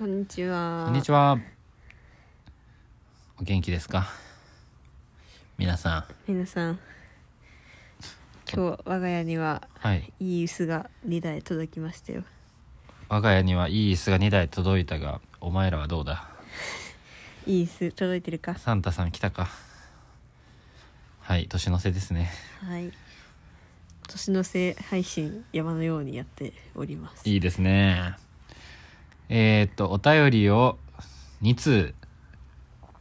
にちはこんにちは。お元気ですか皆さん。皆さん今日我が家にははい。いい椅子が2台届きましたよ我が家にはいい椅子が2台届いたが、お前らはどうだいい椅子届いてるかサンタさん来たかはい、年の瀬ですね。はい年の瀬配信山のようにやっておりますいいですね。えー、っと、お便りを2通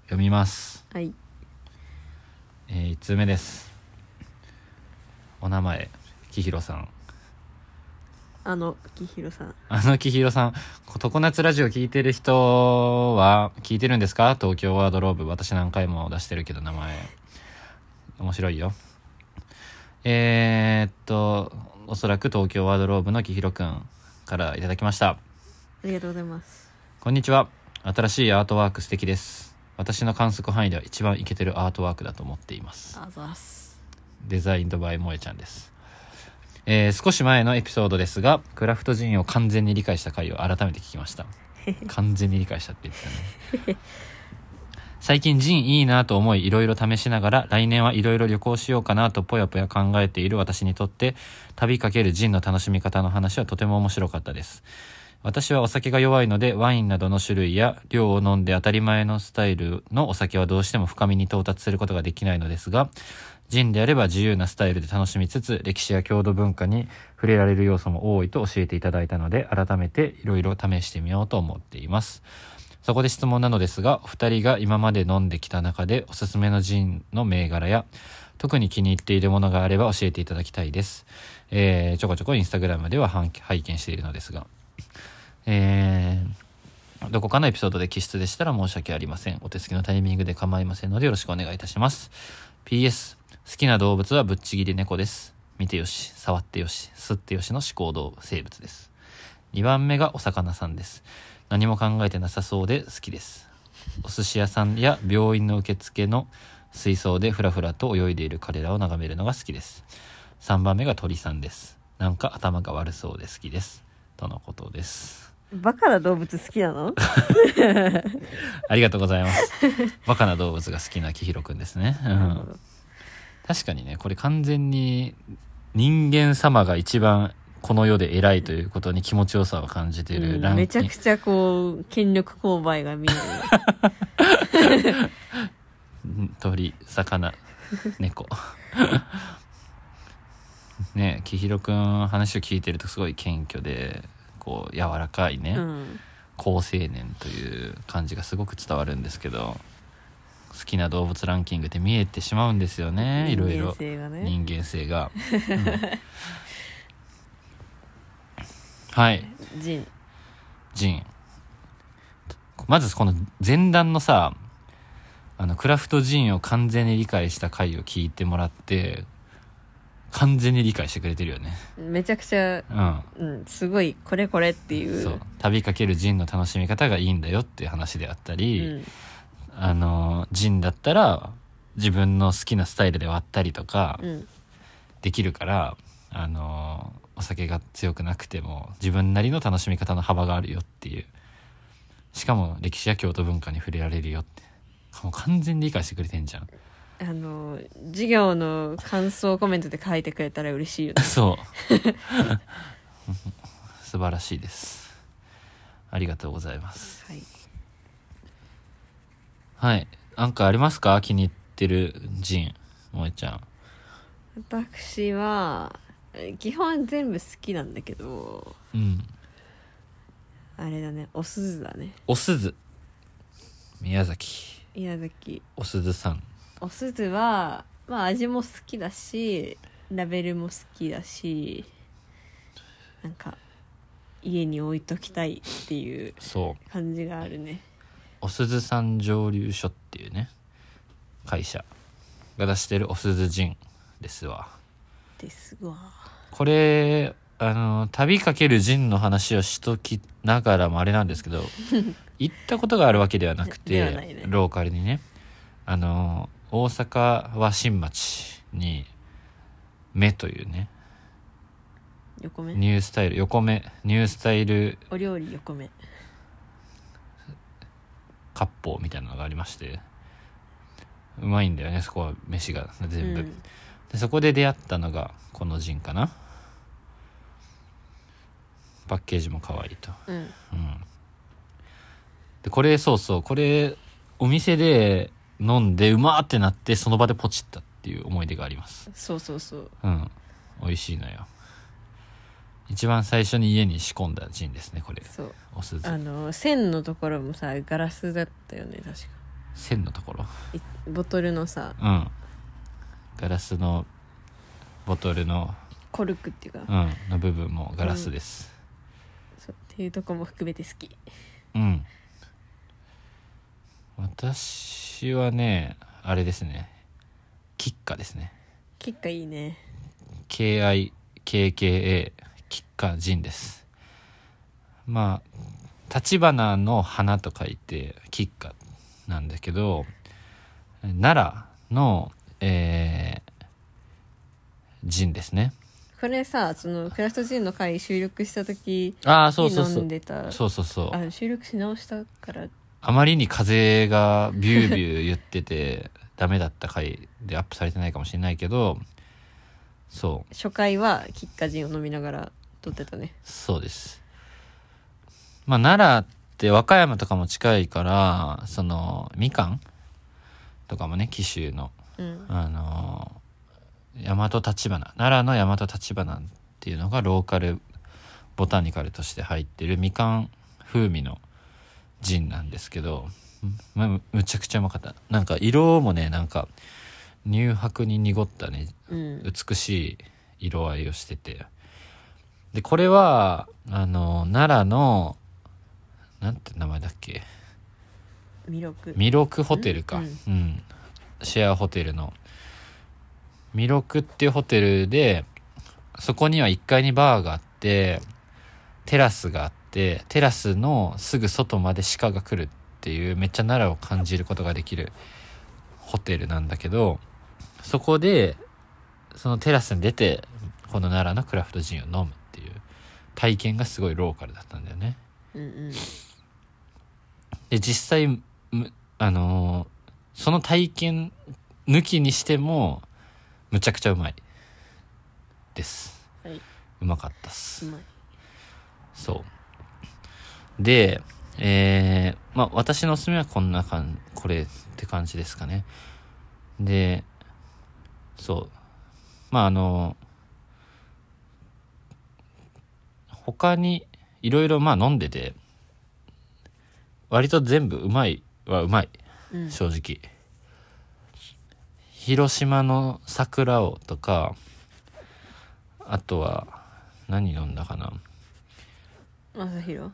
読みます。はいえー、1通目です。お名前、きひろさん。あのきひろさんあの、きひろさん、常夏ラジオ聞いてる人は、聞いてるんですか東京ワードローブ。私何回も出してるけど、名前。面白いよ。えー、っと、おそらく東京ワードローブのきひろくんからいただきました。ありがとうございますこんにちは。新しいアートワーク素敵です。私の観測範囲では一番イケてるアートワークだと思っています。あざっすデザインドバイ萌えちゃんです。えー少し前のエピソードですが、クラフトジンを完全に理解した回を改めて聞きました。完全に理解したって言ってたね。最近ジンいいなと思いいろいろ試しながら来年はいろいろ旅行しようかなとぽやぽや考えている私にとって旅かけるジンの楽しみ方の話はとても面白かったです。私はお酒が弱いのでワインなどの種類や量を飲んで当たり前のスタイルのお酒はどうしても深みに到達することができないのですがジンであれば自由なスタイルで楽しみつつ歴史や郷土文化に触れられる要素も多いと教えていただいたので改めていろいろ試してみようと思っていますそこで質問なのですがお二人が今まで飲んできた中でおすすめのジンの銘柄や特に気に入っているものがあれば教えていただきたいです、えーちょこちょこインスタグラムでは拝拝見しているのですがえーどこかのエピソードで気質でしたら申し訳ありません。お手つきのタイミングで構いませんのでよろしくお願いいたします。PS、好きな動物はぶっちぎり猫です。見てよし、触ってよし、吸ってよしの思考動生物です。2番目がお魚さんです。何も考えてなさそうで好きです。お寿司屋さんや病院の受付の水槽でふらふらと泳いでいる彼らを眺めるのが好きです。3番目が鳥さんです。なんか頭が悪そうで好きです。とのことです。バカな動物好きな のありがとうございます。バカな動物が好きなきひろくんですね。うなるほんど確かにね、これ完全に人間様が一番この世で偉いということに気持ちよさを感じていうるんランキング、めちゃくちゃこう権力勾配が見えるうん鳥、魚、猫。 ねきひろくん話を聞いてるとすごい謙虚で、こう柔らか いね、うん好青年という感じがすごく伝わるんですけど、好きな動物ランキングって見えてしまうんですよね、いろい人間ろ。性がね人間性が、はいジンジンまずこの前段のさあのクラフトジンを完全に理解した回を聞いてもらって完全に理解してくれてるよねめちゃくちゃうんうん、すごいこれこれっていうそう旅かけるジンの楽しみ方がいいんだよっていう話であったうり、ん、あのジンだったら自分の好きなスタイルで割ったりとか、うん、できるから、あのお酒が強くなくても自分なりの楽しみ方の幅があるよっていうしかも歴史や京都文化に触れられるよってもう完全に理解してくれてんじゃんあの授業の感想コメントで書いてくれたら嬉しいよね そう 素晴らしいですありがとうございますはいはいなんかありますか気に入ってるジン萌えちゃん私はえ基本全部好きなんだけどうんあれだねおすずだねおすず宮崎宮崎おすずさんおすずはまあ味も好きだしラベルも好きだしなんか家に置いときたいっていうそう感じがあるねおすずさん蒸留所っていうね会社が出してるおすずジンですわですわこれあの旅かけるジンの話をしときながらもあれなんですけど 行ったことがあるわけではなくてではないねローカルにねあの大阪は新町に「目」というね横目ニュースタイル横目ニュースタイルお料理横目割烹みたいなのがありましてうまいんだよねそこは飯が全部、うんでそこで出会ったのがこの陣かなパッケージも可愛いとうんうんでこれそうそうこれお店で飲んでうまーってなってその場でポチったっていう思い出がありますそうそうそううん美味しいのよ一番最初に家に仕込んだジンですねこれそうおすずあの線のところもさガラスだったよね確か線のところいボトルのさうんガラスのボトルの,、コルクっていうか、うん、の部分もガラスですそうっていうとこも含めて好きうん私はねあれですねキッカですね結果いいね KIKKA 吉川仁ですまあ立花の花と書いて吉川なんだけど奈良のえー仁ですねこれさそのクラフトジンの回収録した時ああそうにそう飲そうんでたそうそうそうあ収録し直したからあまりに風がビュービュー言ってて ダメだった回でアップされてないかもしれないけどそう初回はキッカジンを飲みながら撮ってたねそうです。まあ、奈良って和歌山とかも近いから、その、みかんとかもね、紀州の、うんあのー、大和立花、奈良の大和立花っていうのがローカルボタニカルとして入ってるみかん風味のジンなんですけど、むむむちゃくちゃうまかった。なんか色もね、なんか、乳白に濁ったね、うん美しい色合いをしててでこれはあの奈良のなんて名前だっけ魅力弥勒ホテルか、ううんんシェアホテルの弥勒っていうホテルでそこには1階にバーがあってテラスがあってテラスのすぐ外まで鹿が来るっていうめっちゃ奈良を感じることができるホテルなんだけどそこでそのテラスに出てこの奈良のクラフトジンを飲むっていう体験がすごいローカルだったんだよね。うんうんで実際むあのーその体験抜きにしてもむちゃくちゃうまいですはいうまかったっうすまいそうでえー、まあ私のおすすめはこんな感じこれって感じですかねでそうまああの他にいろいろまあ飲んでて割と全部うまいはうまいうん正直広島の桜をとかあとは何飲んだかなまさひろ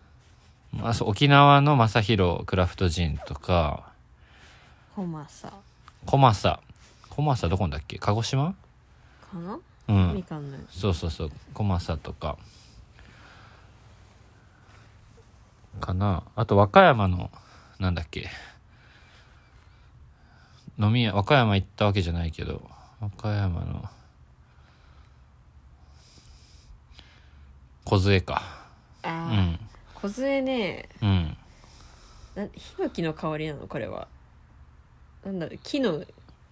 まあ、そう沖縄の正弘クラフトジンとかコマサ小政小政どこんだっけ鹿児島かな、うみんかんのそうそうそう小政とかかなあと和歌山のなんだっけ飲み屋和歌山行ったわけじゃないけど和歌山の梢かうああ、ん梢ねうんなヒノキの香りなのこれはなんだろう木の、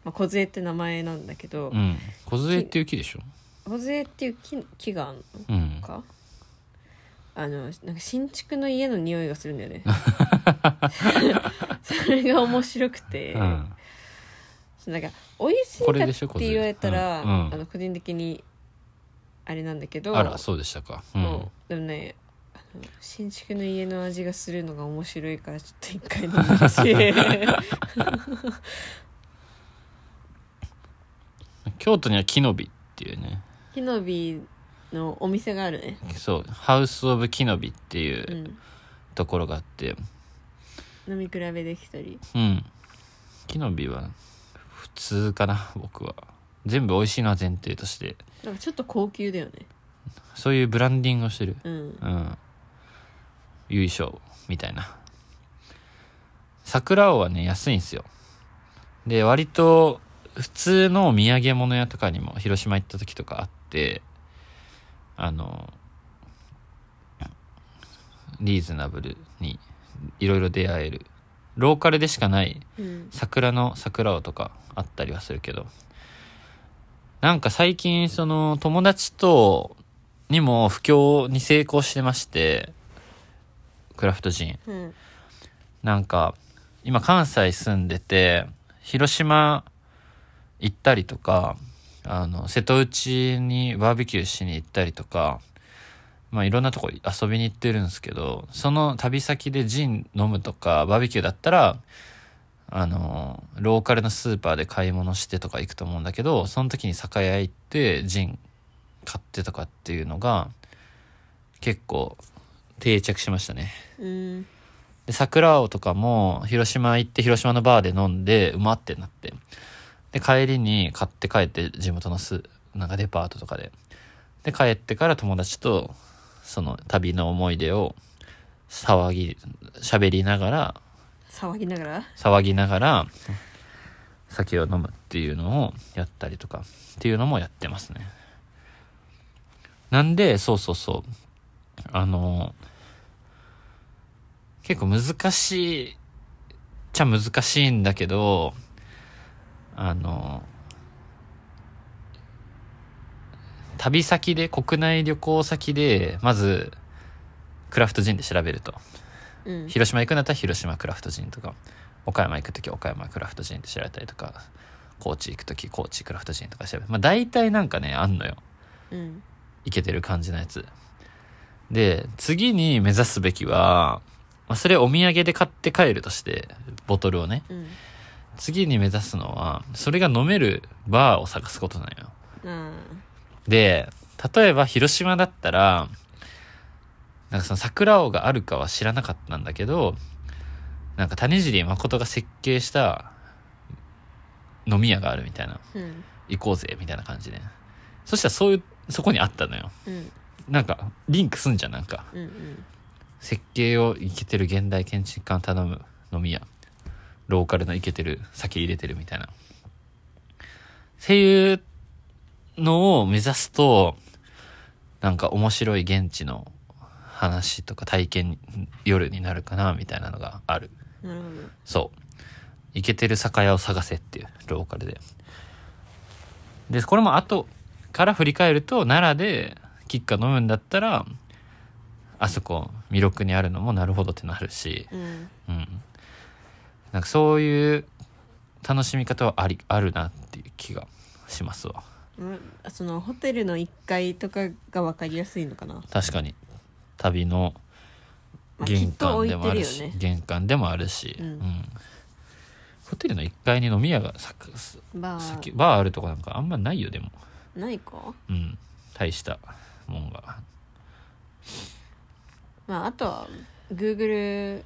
まあ、梢って名前なんだけどうん梢っていう木でしょ梢っていう木木があるうんのかあのなんか新築の家の匂いがするんだ よねそれが面白くて、うんなんか美味しいこれでしかょって言われたら、梢うんうんあの個人的にあれなんだけどあらそうでしたかうそんうでもねあの新築の家の味がするのが面白いからちょっと一回飲んでほし い京都には木の実っていうねヒノビのお店があるねそうハウス・オブ・木の実っていううんところがあって飲み比べできたりうん、木の実は普通かな僕は全部美味しいのは前提としてなんかちょっと高級だよねそういうブランディングをしてるうんうん優勝みたいな桜王はね安いんですよで割と普通のお土産物屋とかにも広島行った時とかあってあのリーズナブルにいろいろ出会えるローカルでしかないうん桜の桜をとかあったりはするけどなんか最近その友達とにも布教に成功してましてクラフトジンうんなんか今関西住んでて広島行ったりとかあの瀬戸内にバーベキューしに行ったりとかまあいろんなとこ遊びに行ってるんですけどその旅先でジン飲むとかバーベキューだったらあのローカルのスーパーで買い物してとか行くと思うんだけどその時に酒屋行ってジン買ってとかっていうのが結構定着しましたね。うんで桜青とかも広島行って広島のバーで飲んでうまってなってで帰りに買って帰って地元のスなんかデパートとかでで帰ってから友達とその旅の思い出を騒ぎ喋りながら騒ぎながら騒ぎながら酒を飲むっていうのをやったりとかっていうのもやってますねなんでそうそうそうあの結構難しいっちゃ難しいんだけどあの旅先で国内旅行先でまずクラフトジンで調べるとうん広島行くんだったら広島クラフトジンとか岡山行く時岡山クラフトジンって調べたりとか高知行く時高知クラフトジンとか調べまあ大体なんかねあんのようんいけてる感じのやつで次に目指すべきは、まあ、それお土産で買って帰るとしてボトルをねうん次に目指すのはそれが飲めるバーを探すことなのよあで例えば広島だったらなんかその桜王があるかは知らなかったんだけどなんか谷尻誠が設計した飲み屋があるみたいなーうん行こうぜみたいな感じでそしたらそういうそこにあったのようんなんかリンクすんじゃんなんかうんうん設計をイケてる現代建築家を頼む飲み屋ローカルのイケてる酒入れてるみたいなっていうのを目指すとなんか面白い現地の話とか体験に夜になるかなみたいなのがあるなるほどそうイケてる酒屋を探せっていうローカルででこれも後から振り返ると奈良でキッカ飲むんだったらあそこ魅力にあるのもなるほどってなるしうんうんなんかそういう楽しみ方はありあるなっていう気がしますわうんそのホテルの1階とかが分かりやすいのかな、確かに旅のまあ、き玄っと関置いでもてあるるよし、ね玄関でもあるし、うんホテルの1階に飲み屋がさバ酒ーバーあるとこなんかあんまないよでもないかうん大したもんがまああとは Google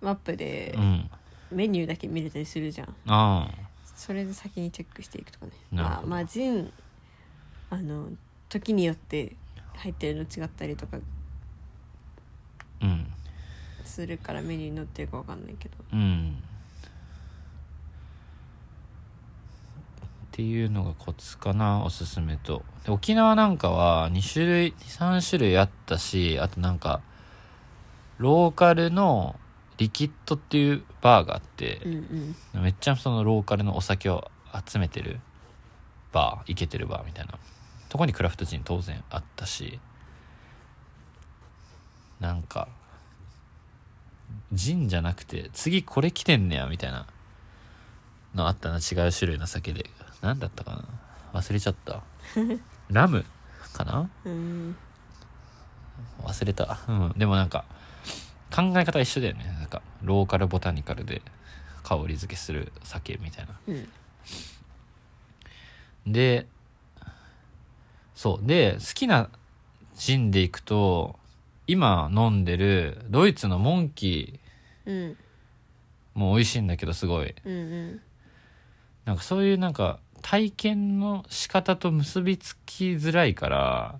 マップでうんメニューだけ見れたりするじゃんあそれで先にチェックしていくとかねなるほまあどまあジンあの時によって入ってるの違ったりとかあうんするからメニューに載ってるか分かんないけどうんっていうのがコツかなおすすめとで沖縄なんかは2種類3種類あったしあとなんかローカルのリキッドっていうバーがあってうんうんめっちゃそのローカルのお酒を集めてるバーイケてるバーみたいなとこにクラフトジン当然あったしなんかジンじゃなくて次これ来てんねやみたいなのあったな違う種類の酒で何だったかな忘れちゃったラムかなうん忘れた、うん、でもなんか考え方一緒だよねなんかローカルボタニカルで香り付けする酒みたいなうんでそうで好きなジンでいくと今飲んでるドイツのモンキうんーも美味しいんだけどすごいうんうんなんかそういうなんか体験の仕方と結びつきづらいから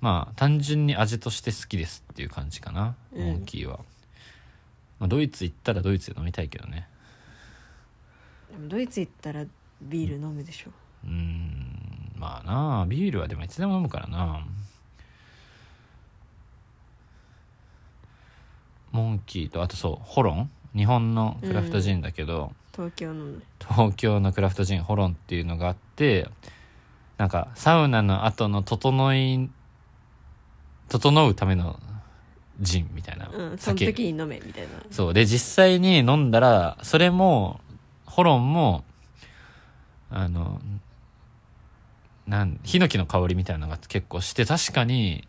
まあ単純に味として好きですっていう感じかな、うんモンキーは、まあ、ドイツ行ったらドイツで飲みたいけどねでもドイツ行ったらビール飲むでしょうーんまあなあビールはでもいつでも飲むからなモンキーとあとそうホロン日本のクラフトジンだけど、東京のね東京のクラフトジンホロンっていうのがあってなんかサウナの後の整い整うためのジンみたいな、うんその時に飲めみたいなそうで実際に飲んだらそれもホロンもあのなんヒノキの香りみたいなのが結構して確かに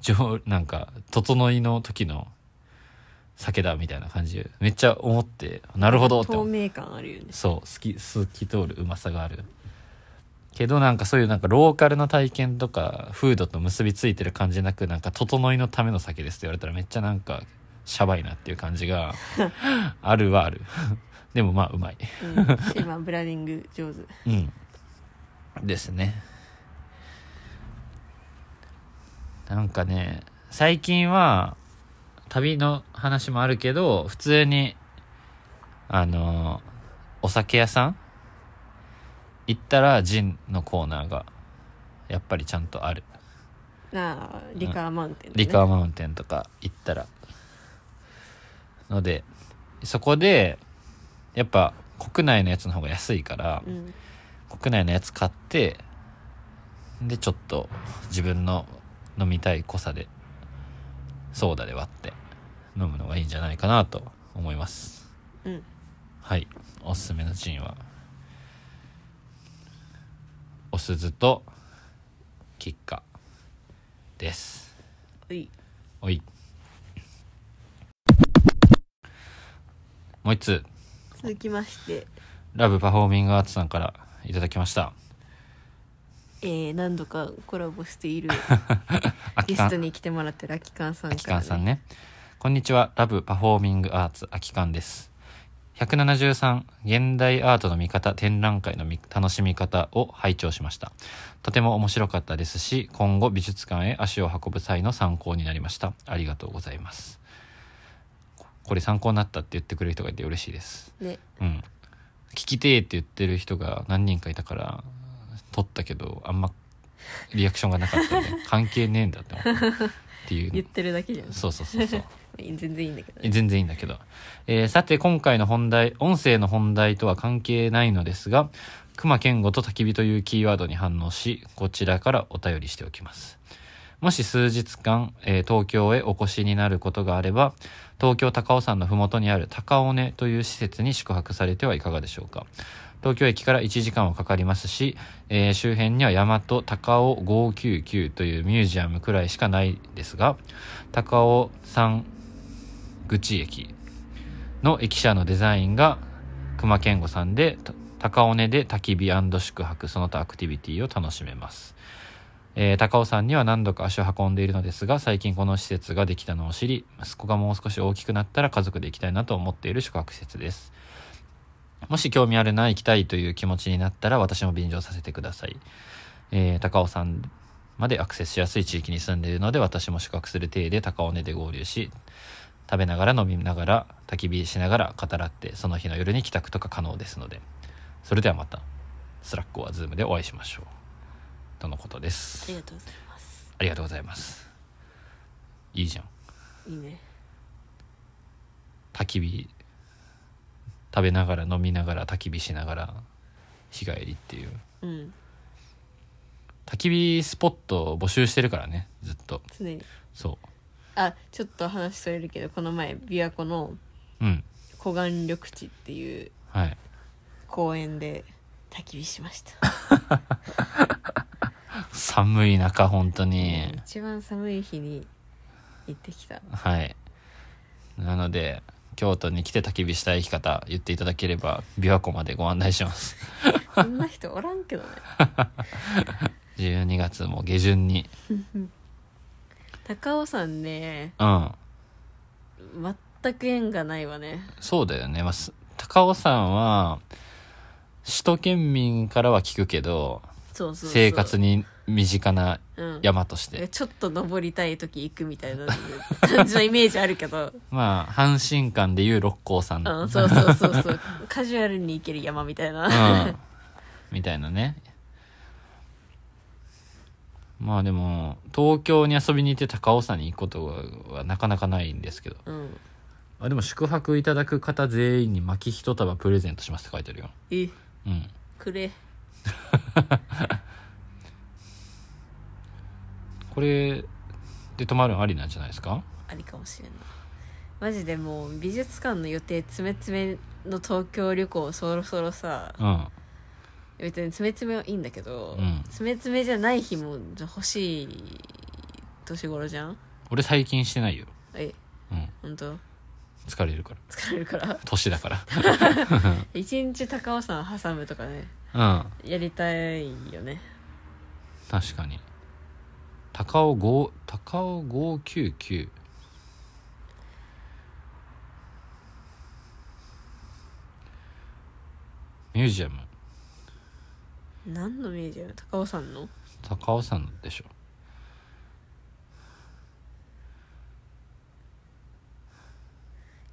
上なんか整いの時の酒だみたいな感じでめっちゃ思ってなるほどって思っ透て明感あるよねそう透き透き通るうまさがあるけどなんかそういうなんかローカルの体験とかフードと結びついてる感じなくなんか整いのための酒ですって言われたらめっちゃなんかシャバいなっていう感じがあるはある でもまあうまいうん、今ブラディング上手うんですねなんかね最近は旅の話もあるけど普通にあのお酒屋さん行ったらジンのコーナーがやっぱりちゃんとあるなあリカーマウンテン、ねリカーマウンテンとか行ったらのでそこでやっぱ国内のやつの方が安いから、うん国内のやつ買ってでちょっと自分の飲みたい濃さでソーダで割って飲むのがいいんじゃないかなと思いますうんはいおすすめのジンはお鈴と菊花ですういおいもう一通続きまして、ラブパフォーミングアーツさんからいただきましたえー、何度かコラボしているあゲストに来てもらってるアキカンさんあかきら、かんさんね。こんにちは、ラブパフォーミングアーツ、あきかんです。173現代アートの見方展覧会の見楽しみ方を拝聴しましたとても面白かったですし今後美術館へ足を運ぶ際の参考になりましたありがとうございますここれ参考になったって言ってくれる人がいて嬉しいですねうん聞きてーって言ってる人が何人かいたから撮ったけどあんまリアクションがなかったんで関係ねえんだって思ったっていう言ってるだけじゃんそうそうそうそう全然いいんだけど、ね、全然いいんだけど、えーさて今回の本題音声の本題とは関係ないのですが熊健吾と焚き火というキーワードに反応しこちらからお便りしておきますもし数日間、えー東京へお越しになることがあれば東京高尾山の麓にある高尾根という施設に宿泊されてはいかがでしょうか東京駅から1時間はかかりますし、えー周辺には大和高尾599というミュージアムくらいしかないですが高尾山口駅の駅舎のデザインが熊健吾さんでた高尾根で焚き火宿泊その他アクティビティを楽しめます、えー高尾山には何度か足を運んでいるのですが最近この施設ができたのを知り息子がもう少し大きくなったら家族で行きたいなと思っている宿泊施設ですもし興味あるな行きたいという気持ちになったら私も便乗させてください、えー高尾山までアクセスしやすい地域に住んでいるので私も宿泊する体で高尾根で合流し食べながら飲みながら焚き火しながら語らってその日の夜に帰宅とか可能ですのでそれではまたスラックはズームでお会いしましょうとのことでありすがとうございますありがとうございますいいじゃんいいね焚き火食べながら飲みながら焚き火しながら日帰りっていううん焚き火スポットを募集してるからねずっと常にそあちょっと話それるけどこの前琵琶湖のううん湖岸緑地っていうはい公園で焚き火しました寒い中本当に一番寒い日に行ってきたはい。なので、京都に来て焚き火したい生き方言っていただければ、琵琶湖までご案内します。そんな人おらんけどね12月も下旬に。高尾山ねうん。全く縁がないわねそうだよね。まあす高尾山は、首都圏民からは聞くけど、そうそうそう生活に身近なうん山として。ちょっと登りたい時行くみたいな感じのイメージあるけどまあ、阪神間でいう六甲山。うんそうそうそう そうカジュアルに行ける山みたいな、うん、みたいなねまあでも東京に遊びに行って高尾山に行くことはなかなかないんですけどうんあでも宿泊いただく方全員に薪一束プレゼントしますって書いてあるよえうんくれこれで泊まるのありなんじゃないですかありかもしれないマジでもう美術館の予定詰め詰めの東京旅行そろそろさうん別に詰め詰めはいいんだけど、うん詰め詰めじゃない日も欲しい年頃じゃん俺最近してないよえうん本当疲れるから疲れるから年だから一日高尾山挟むとかねうんやりたいよね確かに高尾5高尾599ミュージアム何のミュージアム高尾山の高尾山でしょ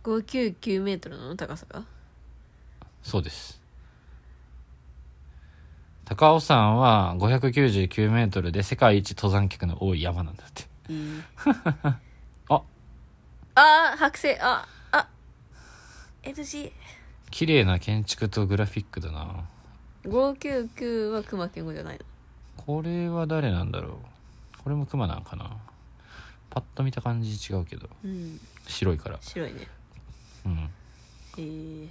5 9 9メートルの高さがそうです高尾山は599メートルで世界一登山客の多い山なんだっていいああー剥製ああ NG 綺麗な建築とグラフィックだな599は熊健吾じゃないのこれは誰なんだろうこれも熊なんかなパッと見た感じ違うけどうん白いから白いねうんえー、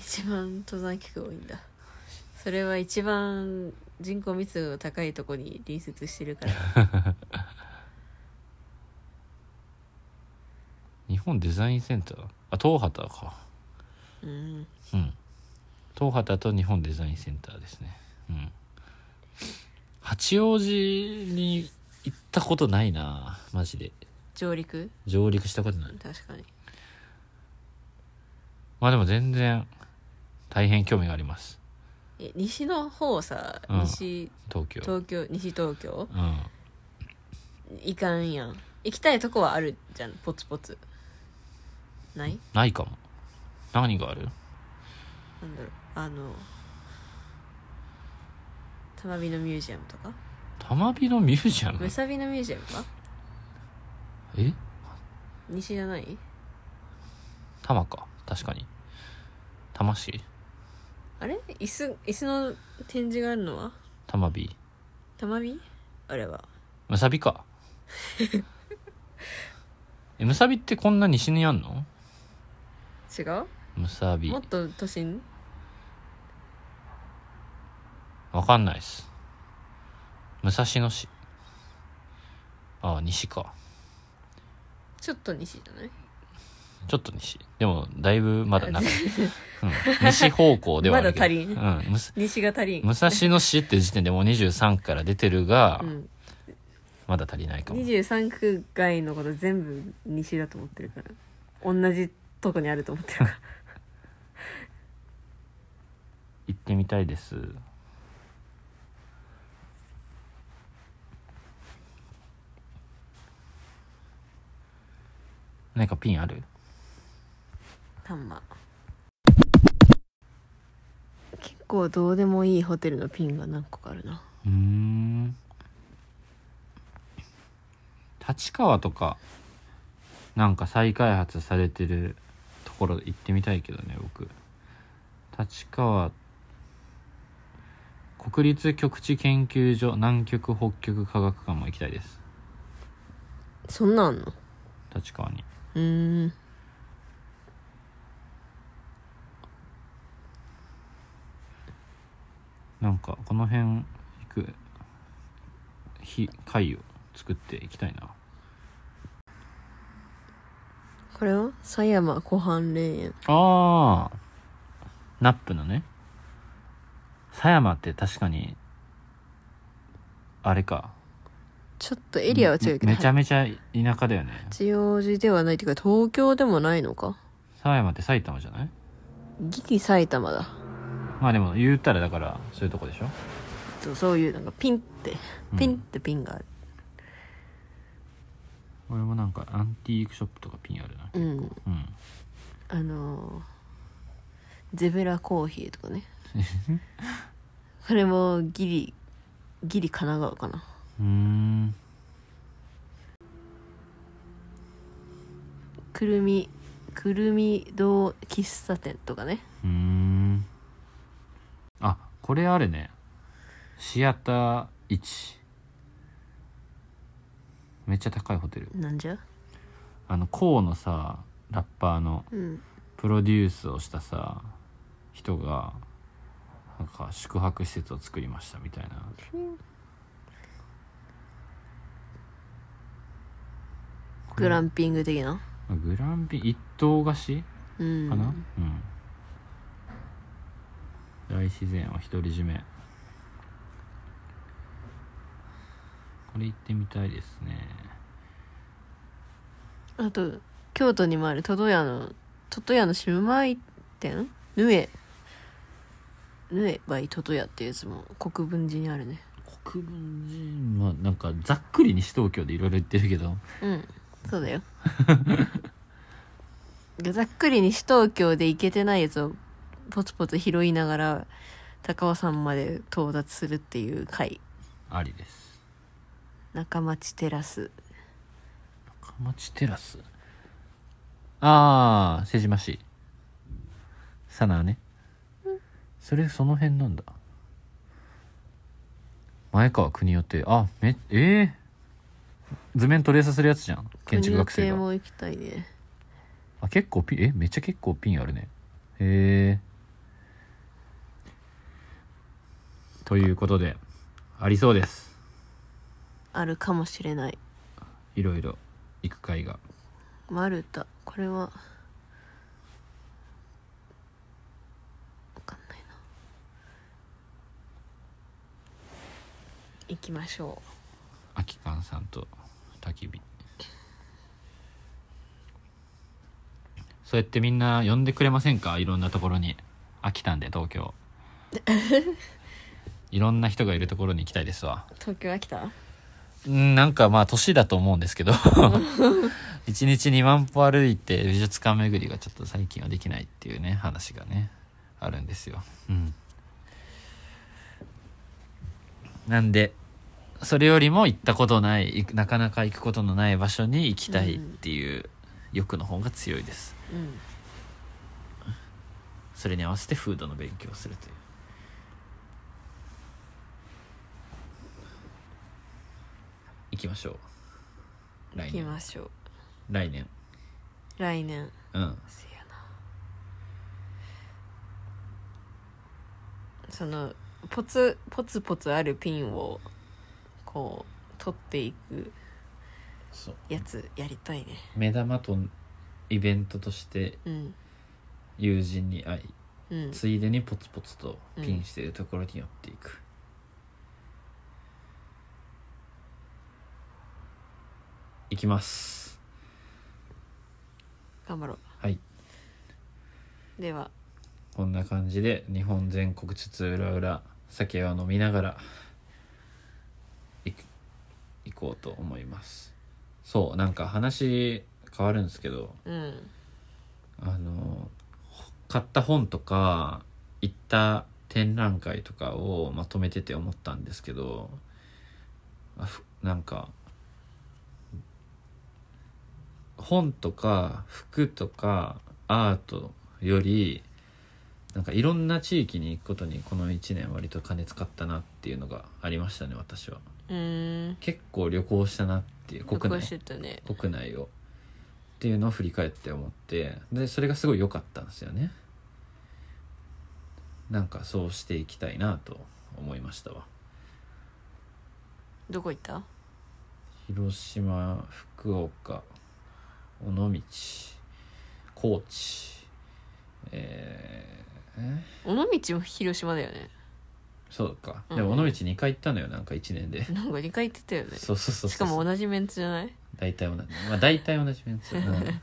一番登山客多いんだそれは一番人口密度が高いとこに隣接してるから 日本デザインセンターあ東畑かうんうん東畑と日本デザインセンターですねうん八王子に行ったことないなマジで上陸上陸したことない確かにまあでも全然大変興味がありますえ西の方さうん西東京東京西東京うんいかんやん行きたいとこはあるじゃんポツポツないないかも何があるなんだろうあの玉美のミュージアムとか玉火のミュージアムむさびのミュージアムかえ西じゃない玉か確かに玉市あれ椅子椅子の展示があるのは玉火玉美あれはむさびかえむさびってこんな西にあんの違うむさびもっと都心わかんないっす武蔵野市ああ西かちょっと西じゃないちょっと西でもだいぶま だ中、うん、西方向ではあるけどまだ足りんうん、むす西が足りん武蔵野市っていう時点でもう23区から出てるが、うん、まだ足りないかも23区外のこと全部西だと思ってるから同じとこにあると思ってる から行ってみたいです何かピンある丹波結構どうでもいいホテルのピンが何個かあるなうーん立川とかなんか再開発されてるところ行ってみたいけどね僕立川国立極地研究所南極北極科学館も行きたいですそんなんあんの立川にうーんなんかこの辺行く日会を作っていきたいなこれは狭山湖畔霊園ああナップのね狭山って確かにあれかちょっとエリアは違うけどめめちゃめちゃ田舎だよね八王子ではないっていうか東京でもないのか狭山って埼玉じゃないギリ埼玉だまあでも言ったらだからそういうとこでしょそうそういうなんかピンってピンってピンがある俺もなんかアンティークショップとかピンあるなうん、うんあのーゼブラコーヒーとか ねこれもギリギリ神奈川かなうーんくるみくるみ堂喫茶店とかねうーんあこれあるねシアター1めっちゃ高いホテルなんじゃあのコウのさラッパーのうんプロデュースをしたさ人がなんか宿泊施設を作りましたみたいなグランピング的なあグランピ一棟貸しうんかなうん、大自然を独り占めこれ行ってみたいですねあと京都にもあるトトヤのトトヤのシュウマイ店ヌエヌエバイトトヤってやつも国分寺にあるね国分寺まあなんかざっくり西東京でいろいろ言ってるけどうんそう だよざっくり西東京で行けてないやつをポツポツ拾いながら高尾山まで到達するっていう回ありです中町テラス高町テラスああ瀬島市サナーねそれその辺なんだ前川国夫ってあめえー、図面トレーサーするやつじゃん建築学生国がの亭も行きたいねあ結構ピンえめっちゃ結構ピンあるねへえということでありそうですあるかもしれないいろいろ行く会がマルタこれはわかんないな行きましょ秋官さんと焚き火そうやってみんな呼んでくれませんかいろんなところに飽きたんで東京いろんな人がいるところに行きたいですわう東京飽きたうんなんかまあ年だと思うんですけど 一日2万歩歩いて美術館巡りがちょっと最近はできないっていうね話がねあるんですようんなんでそれよりも行ったことないいなかなか行くことのない場所に行きたいっていう欲の方が強いですうんそれに合わせてフードの勉強をするという行きましょう行来き年ましょう来年来年うんせやなそのポツポツポツあるピンをこう取っていくそうやつやりたいね目玉とイベントとしてうん友人に会いうんついでにポツポツとピンしているところに寄っていく、行きます頑張ろはい、うではこんな感じで日本全国津々浦々酒は飲みながら行く行こうと思いますそうなんか話変わるんですけどうんあの買った本とか行った展覧会とかをまとめてて思ったんですけどあふなんか本とか服とかアートよりなんかいろんな地域に行くことにこの1年割と金使ったなっていうのがありましたね私はうーん結構旅行したなっていう国国内してたね国内をっていうのを振り返って思ってでそれがすごい良かったんですよねなんかそうしていきたいなと思いましたわどこ行った広島福岡尾道高知えー、尾道も広島だよねそうか、うんでも尾道2回行ったのよなんか1年でなんか2回行ってたよねそうそうそうそうしかも同じメンツじゃない大体同じまあ大体同じメンツ、 うん、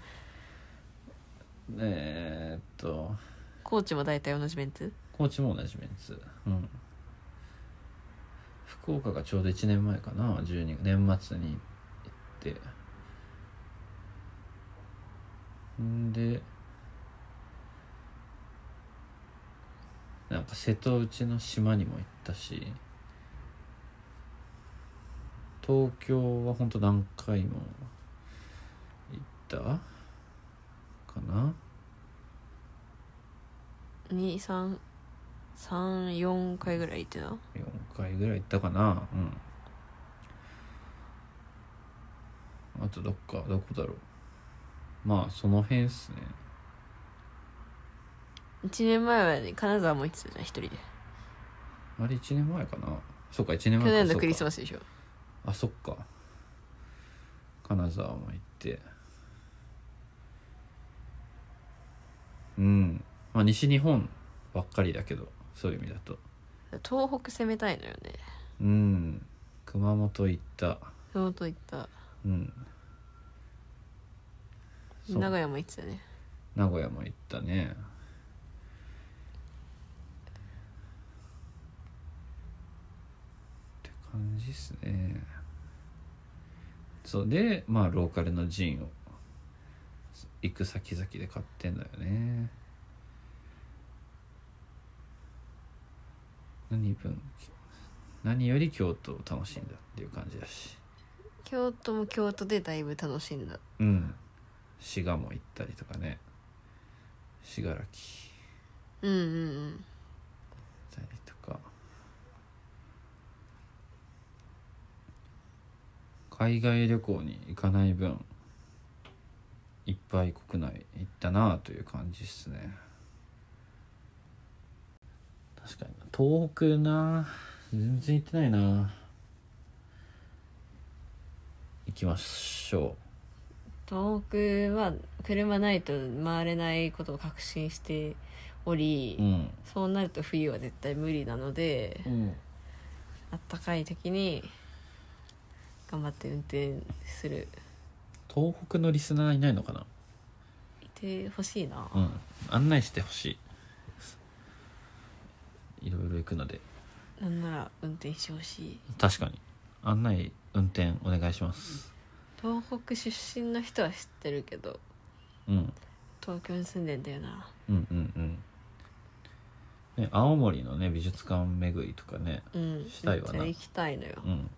えーっと高知も大体同じメンツ高知も同じメンツうん福岡がちょうど1年前かな12年末に行ってんでなんか瀬戸内の島にも行ったし東京はほんと何回も行ったかな2334回ぐらい行ってた4回ぐらい行ったかなうんあとどっかどこだろうまあその辺っすね1年前は、ね、金沢も行ってたじゃん一人であれ1年前かなそうか1年去前か年そうのかクリスマスでしょあそっか金沢も行ってうんまあ西日本ばっかりだけどそういう意味だと東北攻めたいのよねうん熊本行った熊本行ったうんそう名古屋も行ってたね名古屋も行ったねって感じっすねそうでまあローカルのジンを行く先々で買ってんだよね何分何より京都を楽しんだっていう感じだし京都も京都でだいぶ楽しんだうん滋賀も行ったりとかね信楽うんうんうんったりとか海外旅行に行かない分いっぱい国内行ったなあという感じっすね確かに東北な全然行ってないな行きましょ東北は車ないと回れないことを確信しており、ううん、そうなると冬は絶対無理なのでうん、あったかい時に頑張って運転する東北のリスナーいないのかないてほしいなうん、案内してほしいいろいろ行くのでなんなら運転してほしい確かに案内運転お願いします東北出身の人は知ってるけどうん東京に住んでんだよなうんうんうん、ね、青森のね美術館巡りとかねうんしたいわなめっちゃ行きたいのようん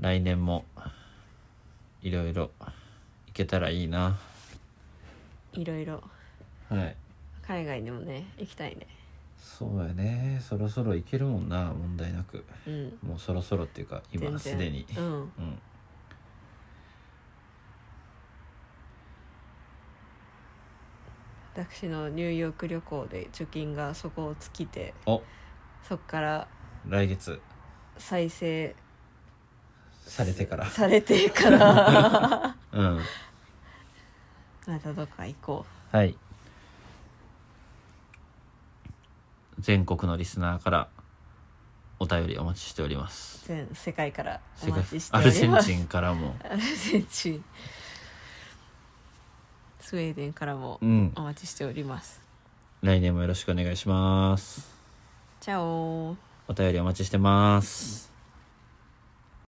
来年もいろいろ行けたらいいないろいろはい海外にもね行きたいねそうやねそろそろ行けるもんな問題なくうんもうそろそろっていうか今す全然でにうんうん私のニューヨーク旅行で貯金がそこを尽きておそっから来月再生されてからされてから うんまたどっか行こはい全国のリスナーからお便りお待ちしておりまうす全世界からお世界待ちしておアルりゼンますチンからもアルゼンチンスウェーデンからもうんお待ちしております来年もよろしくお願いしますチャオお便りお待ちしてます